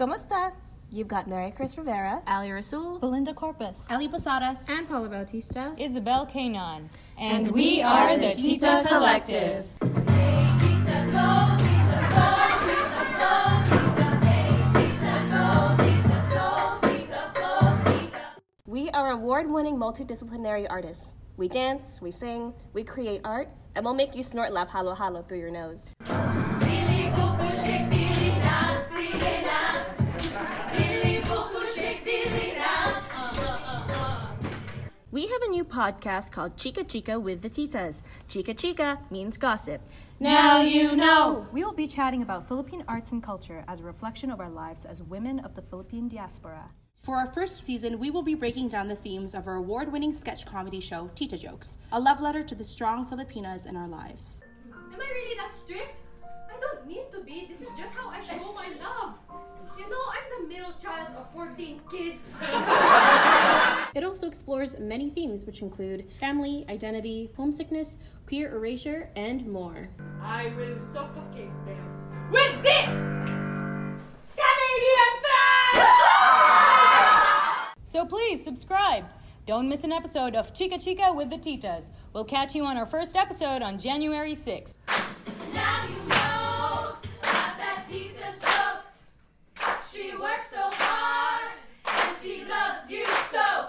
Kamusta? You've got Mary Chris Rivera. Uh, Ali Rasul, Belinda Corpus, Ali Posadas. and Paula Bautista. Isabel Kanon, And we are the Tita Collective. We are award winning multidisciplinary artists. We dance, we sing, we create art, and we'll make you snort laugh hollow hollow through your nose. Billy Buku shake Billy now, see it now. Billy Buku shake Billy now. Uh, uh, uh, uh. We have a new podcast called Chica Chica with the Titas. Chica Chica means gossip. Now you know. We will be chatting about Philippine arts and culture as a reflection of our lives as women of the Philippine diaspora. For our first season, we will be breaking down the themes of our award winning sketch comedy show, Tita Jokes, a love letter to the strong Filipinas in our lives. Am I really that strict? I don't need to be. This is just how I show my love. You know, I'm the middle child of 14 kids. It also explores many themes, which include family, identity, homesickness, queer erasure, and more. I will suffocate them with this Canadian thread! So please subscribe. Don't miss an episode of Chica Chica with the Titas. We'll catch you on our first episode on January 6th. Now you know about that Tita Stokes. She works so hard and she loves you so.